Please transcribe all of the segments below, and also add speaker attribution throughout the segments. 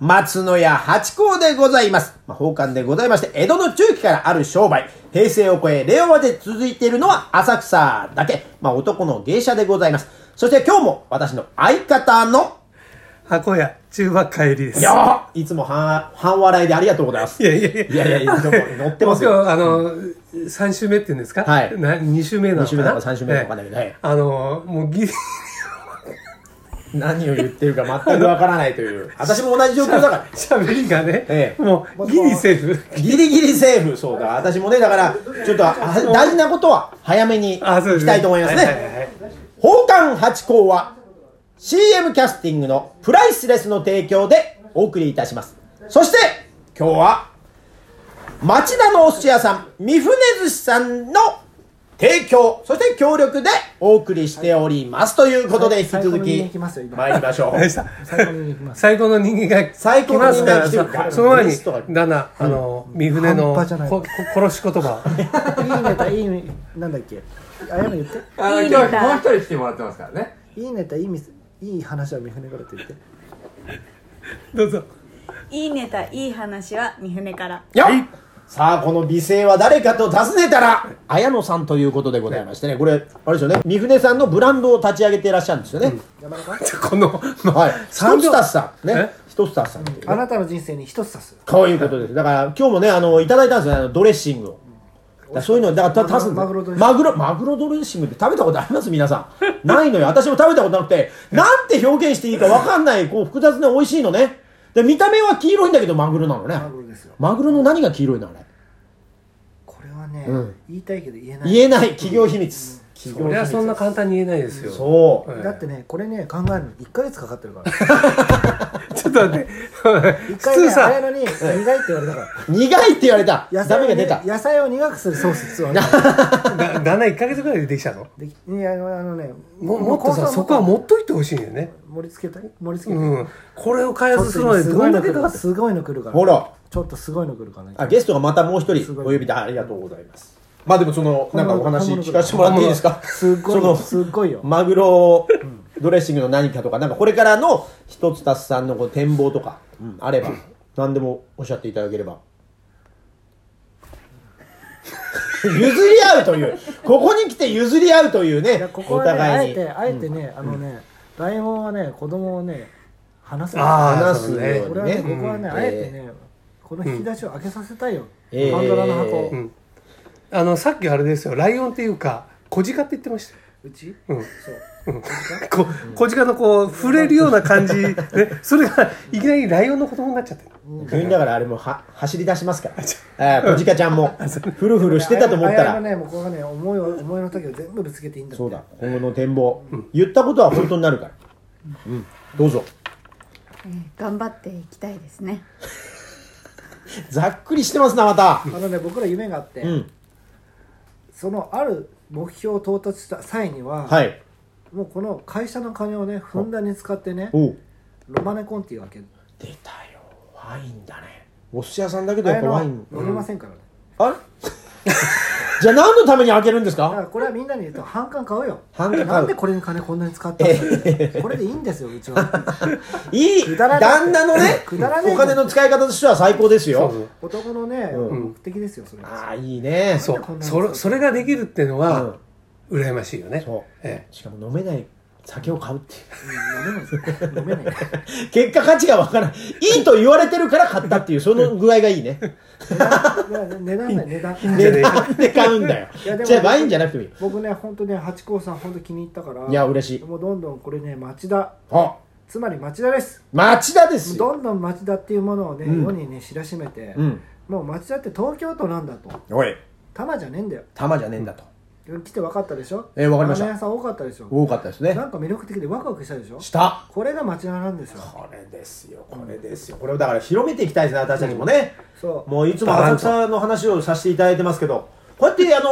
Speaker 1: 松野屋八甲でございます。まあ、宝冠でございまして、江戸の中期からある商売、平成を超え令和まで続いているのは浅草だけ、まあ、男の芸者でございます。そして今日も私の相方の、
Speaker 2: 箱屋、中ばっかりです。
Speaker 1: いやーいつも半、半笑いでありがとうございます。
Speaker 2: いやいやいや。
Speaker 1: いやいやいやでも乗ってますよ
Speaker 2: もう今日、あの、三週目って言うんですか
Speaker 1: はい
Speaker 2: な二週目なのかな
Speaker 1: 二週目なのか三週目なのかわかんないけど
Speaker 2: ええ
Speaker 1: はい
Speaker 2: あの、もうギリ、
Speaker 1: 何を言ってるか全くわからないという。私も同じ状況だから。
Speaker 2: 喋りがね、
Speaker 1: ええ
Speaker 2: もうギリセーフ。
Speaker 1: ギリギリセーフ、そうだ。私もね、だから、ちょっとは大事なことは早めに
Speaker 2: あ、そ
Speaker 1: 行
Speaker 2: うで
Speaker 1: き
Speaker 2: す
Speaker 1: たいと思います
Speaker 2: はいは
Speaker 1: ね。
Speaker 2: いはい
Speaker 1: 宝冠八甲は CM キャスティングのプライスレスの提供でお送りいたします。そして、今日は町田のお寿司屋さん、三船寿司さんの提供、そして協力でお送りしております。ということで、引き続
Speaker 3: 最高の人
Speaker 1: き
Speaker 3: 間来ますよ今
Speaker 1: 参りましょ
Speaker 2: はい。
Speaker 1: う。
Speaker 2: さ
Speaker 3: 最高の人間来ます
Speaker 2: 最高の人間が
Speaker 1: 最高
Speaker 2: 来
Speaker 1: の
Speaker 2: ま
Speaker 1: 人
Speaker 2: す
Speaker 1: 間が
Speaker 2: から
Speaker 1: 来てるか
Speaker 2: さその前
Speaker 1: ゲストが
Speaker 2: に、だな、あの、三船の
Speaker 3: 半端じゃない
Speaker 2: ここ殺し言葉。
Speaker 3: いいネタいいネタなんだっけあやめ言って
Speaker 4: あの
Speaker 5: いいネ
Speaker 4: 今
Speaker 5: タ
Speaker 4: 日もう一人来てもらってますからね
Speaker 3: いいネタいいミスいい話は見船からって言って
Speaker 2: ど うぞ。
Speaker 5: いいネタいい話は三船から
Speaker 1: よっさあ、この美声は誰かと尋ねたら、綾野さんということでございましてね、これ、あれですよね、三船さんのブランドを立ち上げていらっしゃるんですよね。
Speaker 2: この、
Speaker 1: はい。一
Speaker 2: 三
Speaker 1: つ
Speaker 2: 秒
Speaker 1: たすさん。ね
Speaker 2: え。
Speaker 1: 一つたすさんという
Speaker 3: あ
Speaker 1: ね。
Speaker 3: なたの人生に一つ足す
Speaker 1: こういうことです。だから、今日もね、あの、いただいたんですよね、あのドレッシングを。だからそういうの、だから、た足すんです
Speaker 3: マグロドレッシング
Speaker 1: マグロ、マグロドレッシングって食べたことあります皆さん。 ないのよ。私も食べたことなくて、なんて表現していいかわかんない、こう、複雑で美味しいのね。で、見た目は黄色いんだけど、マグロなのね。マ
Speaker 3: グロですよ
Speaker 1: マグロの何が黄色いのあれ。
Speaker 3: これはね、
Speaker 1: うん
Speaker 3: 言いたいけど言えない
Speaker 1: 言えない企業秘密。企
Speaker 2: 俺はそんな簡単に言えないですよ。
Speaker 1: そう。
Speaker 3: だってねこれね考えるの1か月かかってる から
Speaker 2: ちょっと待って。
Speaker 3: 一
Speaker 2: 普
Speaker 3: 回ね
Speaker 2: 通さ、
Speaker 3: 綾野に苦いって言われたから
Speaker 1: 苦いって言われた。
Speaker 3: 野
Speaker 1: ダメが
Speaker 3: 菜をね
Speaker 1: 出た。
Speaker 3: 野菜を苦くするソースつわ
Speaker 2: だ旦那1ヶ月ぐらいでできちゃうの
Speaker 3: できいやあのあのね
Speaker 2: ももっとさ
Speaker 3: もう
Speaker 2: そこは持っといてほしいよね
Speaker 3: 盛り付けたい盛り付けたい、
Speaker 2: うんこれを開
Speaker 3: ちょ
Speaker 2: 発
Speaker 3: っ
Speaker 2: するの
Speaker 3: と
Speaker 2: に
Speaker 3: す
Speaker 2: ど
Speaker 3: ごい
Speaker 2: ん
Speaker 3: の
Speaker 2: だ
Speaker 3: 来
Speaker 2: けか
Speaker 3: る
Speaker 2: か
Speaker 3: か
Speaker 2: って
Speaker 3: すごいの来るから
Speaker 1: ほら。
Speaker 3: ちょっとすごいの来るからね
Speaker 1: あ、ゲストがまたもう一人
Speaker 3: す
Speaker 1: お
Speaker 3: ごい
Speaker 1: 呼びでありがとうございます。まあでもその、なんかお話聞かせてもらっていいですか
Speaker 3: すご
Speaker 1: そ
Speaker 3: い
Speaker 1: の
Speaker 3: よ、すごいよ
Speaker 1: マグロドレッシングの何かとか、なんかこれからの一つたすさんのこう展望とか、あれば、何でもおっしゃっていただければ。 譲り合うという、ここに来て譲り合うという
Speaker 3: い
Speaker 1: ね
Speaker 3: や、こ
Speaker 1: お
Speaker 3: こはねあ
Speaker 1: 互
Speaker 3: え
Speaker 1: いに
Speaker 3: て。あえてね、あのね台本はね子供をね話す
Speaker 2: あー
Speaker 1: 話すよう
Speaker 3: こ
Speaker 1: に
Speaker 3: れは
Speaker 1: ね。
Speaker 3: ねここはね
Speaker 1: うん
Speaker 3: あえてねこの引き出しを開けさせたいよ
Speaker 1: ええ
Speaker 3: パンドラの
Speaker 1: う
Speaker 3: 箱うん
Speaker 2: うんあのさっきあれですよライオンっていうか小鹿って言ってましたよ
Speaker 3: ち
Speaker 2: うん
Speaker 3: そう
Speaker 2: こ小鹿のこう触れるような感 じねそれがいきなりライオンの子供になっちゃってる
Speaker 1: 急にだからあれもは走り出しますから、えー、小鹿ちゃん もフルフルしてたと思った
Speaker 3: あやの
Speaker 1: ら、
Speaker 3: ねもうここはね思いを思いの丈を全部ぶつけていいんだって
Speaker 1: そうだ、今後の展望、言ったことは本当になるから、うん、どうぞ、
Speaker 5: 頑張っていきたいですね
Speaker 1: ざっくりしてますな、また、
Speaker 3: あのね僕ら夢があって
Speaker 1: うん、
Speaker 3: そのある目標を到達した際には
Speaker 1: はい、
Speaker 3: もうこの会社の金をねふんだんに使ってね
Speaker 1: おう
Speaker 3: ロマネコンティを開ける
Speaker 1: 出たよ、ワインだね、お寿司屋さんだけ
Speaker 3: あ
Speaker 1: ど、や
Speaker 3: や
Speaker 1: っぱ
Speaker 3: の
Speaker 1: ワイン、
Speaker 3: 飲めませんからね
Speaker 1: あれ じゃあ、何のために開けるんです
Speaker 3: だか
Speaker 1: か、
Speaker 3: らこれはみんなに言うと反感買うよ
Speaker 1: 反感買う
Speaker 3: なんでこれに金こんなに使ったんだってこれでいいんですようちは
Speaker 1: いい、
Speaker 3: くだらない
Speaker 1: 旦那のね、
Speaker 3: くだらな
Speaker 1: お
Speaker 3: い
Speaker 1: 金の使い方としては最高ですよ、
Speaker 2: そう
Speaker 3: 男のね、
Speaker 1: うん
Speaker 3: 目的ですよそれは
Speaker 1: ああ、いいね、
Speaker 2: そ
Speaker 3: こん
Speaker 2: う
Speaker 3: なに
Speaker 2: それそれができるっていうのは羨ましいよね
Speaker 1: そう
Speaker 2: え
Speaker 1: しかも飲めない酒を買うっていう。
Speaker 3: うん飲めないです飲めない
Speaker 1: 結果価値がわからない。いいと言われてるから買ったっていう、その具合がいいね。
Speaker 3: 値段ない値段
Speaker 2: え
Speaker 1: 値段で買うんだよ
Speaker 3: いやで。も
Speaker 1: じゃあワインじゃなくてもいい。
Speaker 3: 僕ね本当ね八甲さん本当気に入ったから
Speaker 1: いや嬉しい
Speaker 3: もうどんどんこれね町田
Speaker 1: あ、
Speaker 3: つまり町田です
Speaker 1: 町田ですよ。
Speaker 3: どんどん町田っていうものをね、
Speaker 1: うん
Speaker 3: 世にね知らしめて、
Speaker 1: うん。
Speaker 3: もう町田って東京都なんだと
Speaker 1: おい、
Speaker 3: 多摩じゃねえんだよ
Speaker 1: 玉じゃねえんだと。
Speaker 3: 来て分かったでしょ
Speaker 1: えー分かりました
Speaker 3: 花屋さん多かったでしょ
Speaker 1: 多かったですね
Speaker 3: な。んか魅力的でワクワクしたでしょ
Speaker 1: 下。
Speaker 3: これが町田なんですよ
Speaker 1: これですよ、これですよ。これをだから広めていきたいですね、私たちもね。
Speaker 3: そう
Speaker 1: もういつも浅草の話をさせていただいてますけど、こうや ってあの、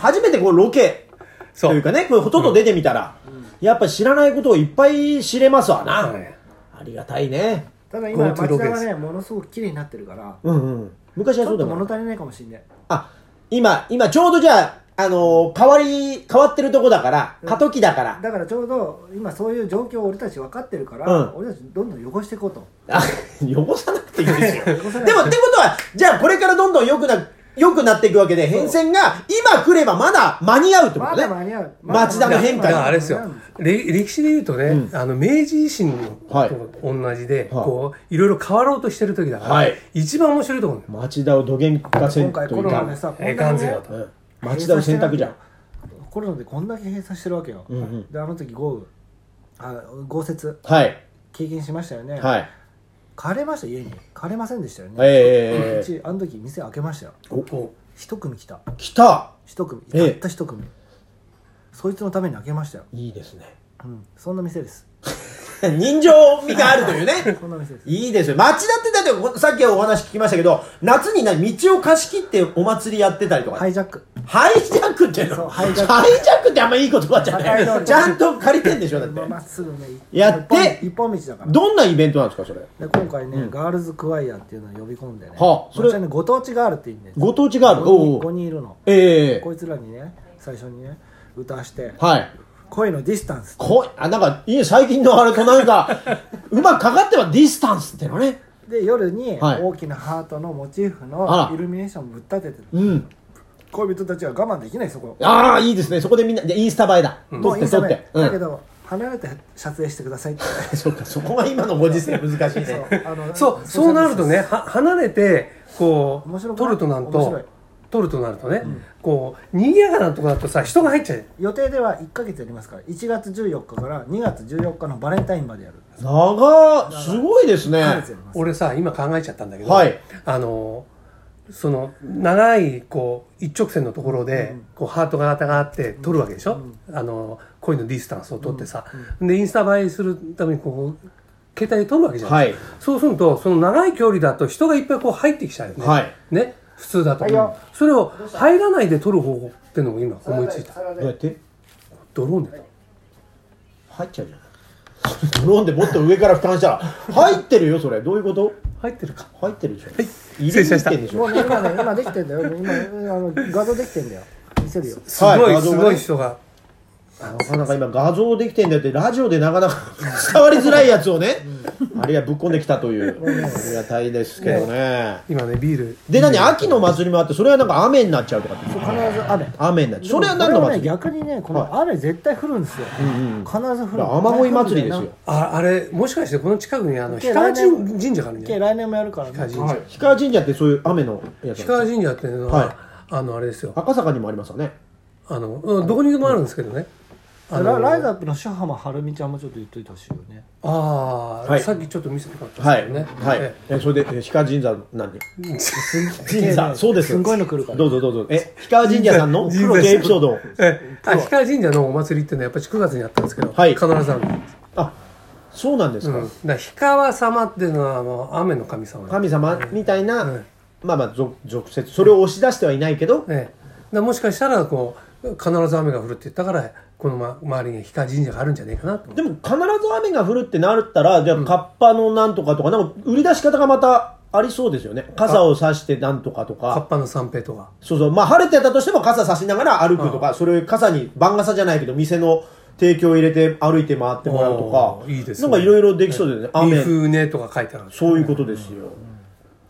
Speaker 1: 初めてこうロケ
Speaker 2: そ
Speaker 1: という
Speaker 2: う
Speaker 1: かね、こうほとんど出てみたら、やっぱ知らないことをいっぱい知れますわな。
Speaker 2: はい
Speaker 1: ありがたいね。
Speaker 3: ただ今
Speaker 2: Go to
Speaker 3: 町田
Speaker 2: ロ
Speaker 3: が
Speaker 2: ケで
Speaker 3: ねものすごく綺麗になってるから
Speaker 1: うんうん。昔
Speaker 3: ち
Speaker 1: はそ
Speaker 3: ょ
Speaker 1: う
Speaker 3: っ
Speaker 1: だ
Speaker 3: と
Speaker 1: もん
Speaker 3: 物足りないかもしれない
Speaker 1: あ、今、今ちょうどじゃあ、あのー変わり、変わってるとこだから、過渡期だから。
Speaker 3: だからちょうど今そういう状況を俺たち分かってるから、
Speaker 1: うん
Speaker 3: 俺たちどんどん汚していこうと
Speaker 1: あ、 汚さなくていいですよ。でも、
Speaker 3: 汚
Speaker 1: って
Speaker 3: さ
Speaker 1: こ
Speaker 3: ない
Speaker 1: とは、じゃあこれからどんどん良くな、良くなっていくわけで、変遷が今来ればまだ間に合うってこ
Speaker 3: ま
Speaker 1: と
Speaker 3: だ
Speaker 1: ね。
Speaker 3: 間に合う
Speaker 1: 町田
Speaker 2: い
Speaker 1: の
Speaker 2: や
Speaker 1: 変化
Speaker 2: だ
Speaker 1: に
Speaker 2: からあれですよれ歴史で言うとね、あの明治維新
Speaker 1: はい
Speaker 2: と同じで、
Speaker 1: はい
Speaker 2: こういろいろ変わろうとしてる時だから、
Speaker 1: はい
Speaker 2: 一番面白いところ
Speaker 1: 町田をどげんかせん
Speaker 3: 今
Speaker 1: とい
Speaker 3: 回
Speaker 1: か
Speaker 3: コロナで
Speaker 1: ん。
Speaker 3: さこんだ
Speaker 2: ええ
Speaker 3: け
Speaker 2: 感じよと
Speaker 1: うん町田を選択じゃん。
Speaker 3: コロナでこんだけ閉鎖してるわけよ、
Speaker 1: うんうん
Speaker 3: であの時豪雨あ豪雪
Speaker 1: はい。
Speaker 3: 経験しましたよね、
Speaker 1: はい。
Speaker 3: 枯れました家に枯れませんでしたよね、
Speaker 1: ええ
Speaker 3: うちあの時店開けましたよ
Speaker 2: お
Speaker 3: 一組来た
Speaker 1: 来た
Speaker 3: 一組
Speaker 1: ええ
Speaker 3: たった一組、そいつのために開けましたよ、
Speaker 1: いいですね。
Speaker 3: うん、そんな店です
Speaker 1: 人情味があるというね。
Speaker 3: そんな店です
Speaker 1: いいですよ。町田ってだってこ、さっきお話聞きましたけど、夏にな道を貸し切ってお祭りやってたりとか、
Speaker 3: ハイジャック
Speaker 1: ハイジャックっていう
Speaker 3: そ
Speaker 1: の
Speaker 3: う
Speaker 1: ハ
Speaker 3: ハ
Speaker 1: イ
Speaker 3: イ
Speaker 1: ジャ
Speaker 3: ジャック
Speaker 1: ックってあんまいい言葉じゃ
Speaker 3: 高
Speaker 1: ないい。
Speaker 3: の
Speaker 1: ちゃんと借りてんでしょ、だっ。
Speaker 3: まあまってすぐね
Speaker 1: やって
Speaker 3: 一本一本道だから
Speaker 1: どんなイベントなんですか、それ。
Speaker 3: で今回ね、ガールズクワイアっていうのを呼び込んでね、
Speaker 1: はあそれ
Speaker 3: それねご当地ガールって言うんだよ
Speaker 1: ご当地ガールおうおう
Speaker 3: 5人いるの
Speaker 1: ええ
Speaker 3: こいつらにね最初にね歌わして
Speaker 1: はい。
Speaker 3: 「恋のディスタンス
Speaker 1: こあ、なんか、いい、最近のあれとなんか、 うまくかかってはディスタンスってのね。」
Speaker 3: で夜に
Speaker 1: はい
Speaker 3: 大きなハートのモチーフ
Speaker 1: あ
Speaker 3: の
Speaker 1: ら
Speaker 3: イルミネーションをぶっ立ててる
Speaker 1: うん。
Speaker 3: 恋人たちは我慢できないそこ
Speaker 1: ああ、いいですね。そこでみんな、でインスタ映えだ。撮
Speaker 3: も
Speaker 1: っ
Speaker 3: ういい
Speaker 1: て
Speaker 3: じゃ
Speaker 1: 撮っ
Speaker 3: な
Speaker 1: てう
Speaker 3: い。だけ
Speaker 1: ん。
Speaker 3: ど離れて撮影してくださいっ て
Speaker 1: そうか、そこが今のご時世難しいね。
Speaker 3: あの
Speaker 2: そうそうなるとねは離れてこう
Speaker 3: 面白くない
Speaker 2: 取るとなる
Speaker 3: 面白い
Speaker 2: と取るとなるとね、こう賑やかなとこだとさ人が入っちゃう
Speaker 3: 予定では1か月やりますから1月14日から2月14日のバレンタインまでやる
Speaker 1: 長っ、すごいですね。
Speaker 3: 1ヶ月やります
Speaker 2: 俺さ今考えちゃったんだけど、
Speaker 1: はい
Speaker 2: あのその長いこう一直線のところで、こうハート型があって撮るわけでしょ、あの恋のディスタンスを撮ってさ、でインスタ映えするためにこう携帯で撮るわけじゃない、
Speaker 1: はい
Speaker 2: そうするとその長い距離だと人がいっぱいこう入ってきちゃうよね,、
Speaker 1: はい
Speaker 2: ね普通だと、
Speaker 3: はいよ
Speaker 2: それを入らないで撮る方法っていうのも今思いついた
Speaker 1: どうやって
Speaker 2: ドローンで
Speaker 1: 入っちゃうじゃ ない。ドローンでもっと上から俯瞰したら、入ってるよ、それ。どういうこと
Speaker 2: 入ってるか
Speaker 1: 入ってるでしょ。
Speaker 2: はい
Speaker 1: 入
Speaker 2: 失
Speaker 1: れ
Speaker 2: 礼しま
Speaker 1: に
Speaker 2: した
Speaker 1: てんでしょ。
Speaker 3: もうね今ね今できて んだよ今あの画像できてんだよ見せるよ
Speaker 2: すごい、
Speaker 1: 画像
Speaker 2: す
Speaker 1: がね
Speaker 2: ごい人が
Speaker 1: なかなか今画像できてんだよってラジオでなかなか 伝わりづらいやつをね、あるいはぶっこんできたというありがたいですけどね
Speaker 2: 今ねビール
Speaker 1: で何秋の祭りもあってそれはなんか雨になっちゃうとかって
Speaker 3: 必ず雨
Speaker 1: 雨になっちゃうそれは何の
Speaker 3: こね
Speaker 1: 祭り
Speaker 3: 逆にねこの雨絶対降るんですよ、必ず降る
Speaker 1: 雨乞い祭りですよ
Speaker 2: ああれもしかしてこの近くにあの
Speaker 3: で
Speaker 2: 氷川
Speaker 3: 来年
Speaker 2: 神神社があるんじゃ
Speaker 3: け
Speaker 2: ない
Speaker 3: 来年もやるから
Speaker 2: 氷川
Speaker 3: ね
Speaker 2: 神社
Speaker 1: 氷川神社ってそういう雨のやつなん
Speaker 2: 氷川
Speaker 1: ですよ
Speaker 2: 神社っていうのは、
Speaker 1: はい
Speaker 2: あのあれですよ
Speaker 1: 赤坂にもありますよね
Speaker 2: あのうんどこにでもあるんですけどね、あの
Speaker 3: ラライズアップの白浜はるみちゃんもちょっと言っといてほしいよね
Speaker 2: ああ、
Speaker 1: はい
Speaker 2: さっきちょっと見せてもらったん
Speaker 1: は
Speaker 2: ですけ
Speaker 1: い
Speaker 2: どね
Speaker 1: はい
Speaker 2: え
Speaker 1: えそれでえ氷川神社なんで神
Speaker 3: ね
Speaker 1: 社
Speaker 3: え
Speaker 1: そうです
Speaker 3: すんごいの来るから
Speaker 1: どうぞどうぞえ氷川神社さんの
Speaker 2: 神社神社
Speaker 1: エピソードを
Speaker 2: ええあ氷川神社のお祭りっていうのはやっぱり9月にあったんですけど、
Speaker 1: はい
Speaker 2: 必ずあるんです、
Speaker 1: あそうなんです
Speaker 2: うん、だ
Speaker 1: か
Speaker 2: から氷川様っていうのはもう雨の神様
Speaker 1: 神様みたいな、
Speaker 2: うん
Speaker 1: まあまあ俗俗説それを押し出してはいないけど、
Speaker 2: ええ、だからもしかしたらこう必ず雨が降るって言ったからこの、ま、周りに氷川神社があるんじゃないかなと思って
Speaker 1: でも必ず雨が降るってなったらじゃあカッパのなんとかとかなんか売り出し方がまたありそうですよね傘を差してなんとかと
Speaker 2: カッ
Speaker 1: か
Speaker 2: パの三平とか
Speaker 1: そうそうまあ晴れてたとしても傘差しながら歩くとか、それを傘に番傘じゃないけど店の提供を入れて歩いて回ってもらうと
Speaker 2: お
Speaker 1: か
Speaker 2: ーいいです
Speaker 1: な
Speaker 2: ね
Speaker 1: んかいろいろできそうですね、
Speaker 2: 「いい
Speaker 1: 雨
Speaker 2: 風ね」とか書いてあるんです
Speaker 1: そういうことですよ、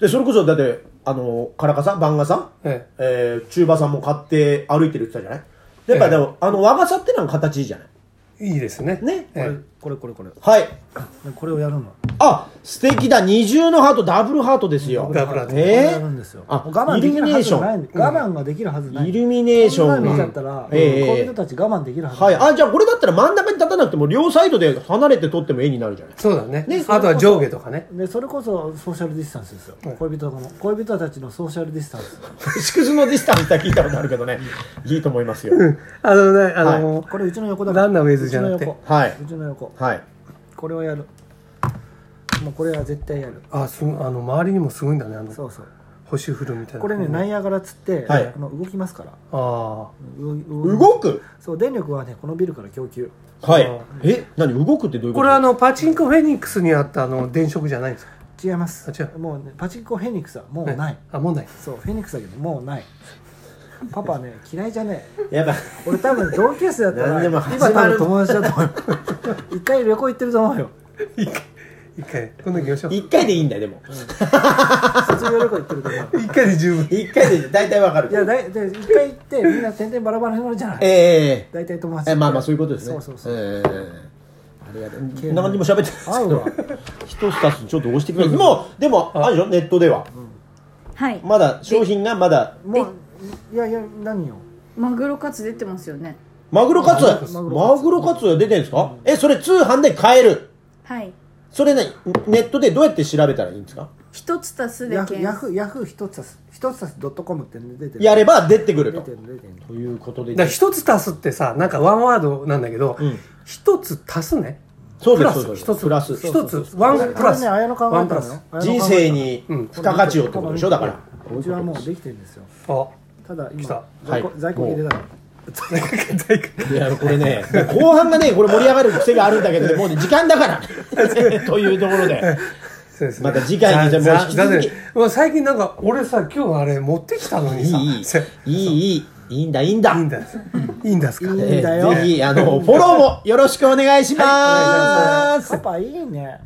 Speaker 1: でそれこそだってあの唐笠さん番傘
Speaker 2: え
Speaker 1: えー、中馬さんも買って歩いてるって言ってたじゃないやっぱ
Speaker 2: ええ
Speaker 1: でも、あの和傘ってのは形いいじゃない
Speaker 2: えいいですね
Speaker 1: ね
Speaker 2: ええ
Speaker 3: これこれこれこ
Speaker 1: はい
Speaker 3: れこれをやるの
Speaker 1: あ素敵だ二重のハートダブルハートですよ
Speaker 2: ダブルハート
Speaker 3: これをや
Speaker 1: え
Speaker 3: るんですよ、
Speaker 1: あ
Speaker 3: もう我慢できるはずない
Speaker 1: イルミネーシ
Speaker 3: 我慢ができるはず
Speaker 1: え
Speaker 3: ない
Speaker 1: イルミネーショ
Speaker 3: こんなの見ちゃ
Speaker 1: ン
Speaker 3: ったら、
Speaker 1: ええ
Speaker 3: 恋人たち我慢できるはず
Speaker 1: はいあじゃあこれだったら真ん中に立たなくても両サイドで離れて撮っても絵になるじゃ ない
Speaker 2: そうだね
Speaker 3: ね
Speaker 2: あとは上下とかね
Speaker 3: でそれこそソーシャルディスタンスですよ、恋人の恋人たちのソーシャルディスタンス
Speaker 1: 縮図のディスタンスは聞いたことあるけどねいいと思いますよ
Speaker 2: あのねあの、
Speaker 3: これうちの横だから
Speaker 2: ランナーウェイズじゃなくて
Speaker 3: うちの横
Speaker 1: はいう
Speaker 3: ちの横
Speaker 1: はい
Speaker 3: これをやるもうこれは絶対やる
Speaker 2: あすごいあの周りにもすごいんだねあ
Speaker 3: そ
Speaker 2: の
Speaker 3: うそう
Speaker 2: 星降るみたいな
Speaker 3: これね、ナイアガラっつって、
Speaker 1: はい
Speaker 3: あの動きますから
Speaker 2: あ
Speaker 3: 動き動き
Speaker 1: 動く
Speaker 3: そう電力はねこのビルから供給
Speaker 1: はい
Speaker 2: あ
Speaker 1: え何動くってどうい
Speaker 2: あ
Speaker 1: うこと
Speaker 2: これあのパチンコフェニックスにあったあの電飾じゃないんですか
Speaker 3: 違います
Speaker 2: あ違う
Speaker 3: もうねパチンコフェニックスはもうない、
Speaker 2: あもうない
Speaker 3: そうフェニックスだけどもうないパパね嫌いじゃねえ
Speaker 1: やだ
Speaker 3: 俺多分同級生だった
Speaker 1: 何
Speaker 3: ら
Speaker 1: でも
Speaker 3: 今
Speaker 1: 始ま
Speaker 3: 多
Speaker 1: る
Speaker 3: 分友達だと思う 一回旅行行ってると思うよ
Speaker 2: 一回一回今度行きましょう
Speaker 1: 一回でいいんだよでも
Speaker 3: 卒業旅行行ってると思う
Speaker 2: 一回で十分
Speaker 1: 一回で大体わかる
Speaker 3: いやだいで一回行ってみんな点々バラバラになるじゃない
Speaker 1: ええ
Speaker 3: 大体友達
Speaker 1: えまあまあそういうことですね
Speaker 3: そうそうそう
Speaker 1: ええありがとう何にも喋ってないですけ
Speaker 3: 合うわ
Speaker 1: ど一つ二つちょっと押してくれるもうでもあるでしょネットでは
Speaker 6: はい。
Speaker 1: まだ商品がまだ
Speaker 3: もういやいや何よ
Speaker 6: マグロカツ出てますよね。
Speaker 1: マグロカツ
Speaker 3: マ
Speaker 1: マグロカツ出てるんですかえそれ通販で買える
Speaker 6: はい。
Speaker 1: それねネットでどうやって調べたらいいんですか
Speaker 6: 一つ足すで
Speaker 3: ヤフ
Speaker 6: 検
Speaker 3: ヤ
Speaker 6: 索。
Speaker 3: フヤフー一つ足す一つ足すドットコムって出てる
Speaker 1: やれば出てくる
Speaker 3: 出
Speaker 1: と
Speaker 3: てる出てる
Speaker 1: ということで
Speaker 2: だから一つ足すってさなんかワンワードなんだけど
Speaker 1: うん
Speaker 2: 一、つ足すね
Speaker 1: そう
Speaker 2: プ
Speaker 1: で
Speaker 2: ラ
Speaker 1: すそうで
Speaker 2: ス
Speaker 1: す
Speaker 2: 一つ
Speaker 1: プラス
Speaker 2: 一つワンプラ
Speaker 3: こ
Speaker 2: ス
Speaker 3: れね綾野考
Speaker 2: ワ
Speaker 3: え
Speaker 2: ンプ
Speaker 3: た
Speaker 2: ラ
Speaker 3: の
Speaker 2: ス
Speaker 3: よ
Speaker 1: 人生に
Speaker 2: うん
Speaker 1: 付加価値をってことでしょだから
Speaker 3: うちはもうできてるんですよ
Speaker 2: あ
Speaker 3: ただ
Speaker 2: 来た
Speaker 3: 今在庫
Speaker 1: はい
Speaker 3: 在庫切れだから
Speaker 1: いやこれねもう後半がねこれ盛り上がる癖があるんだけどねもうね時間だからというところで
Speaker 2: そうですね
Speaker 1: また次回にじゃあもう
Speaker 2: ざ
Speaker 1: 引き続き
Speaker 2: ざざもう最近なんか俺さ今日あれ持ってきたのにさ
Speaker 1: いい
Speaker 2: せ
Speaker 1: いいいいいいんだいいんだ
Speaker 2: いいんだいいんですか
Speaker 3: いい
Speaker 1: え
Speaker 3: んだ
Speaker 1: ー
Speaker 3: よ
Speaker 1: ぜひあのフォローもよろしくお願いします
Speaker 3: パパいいね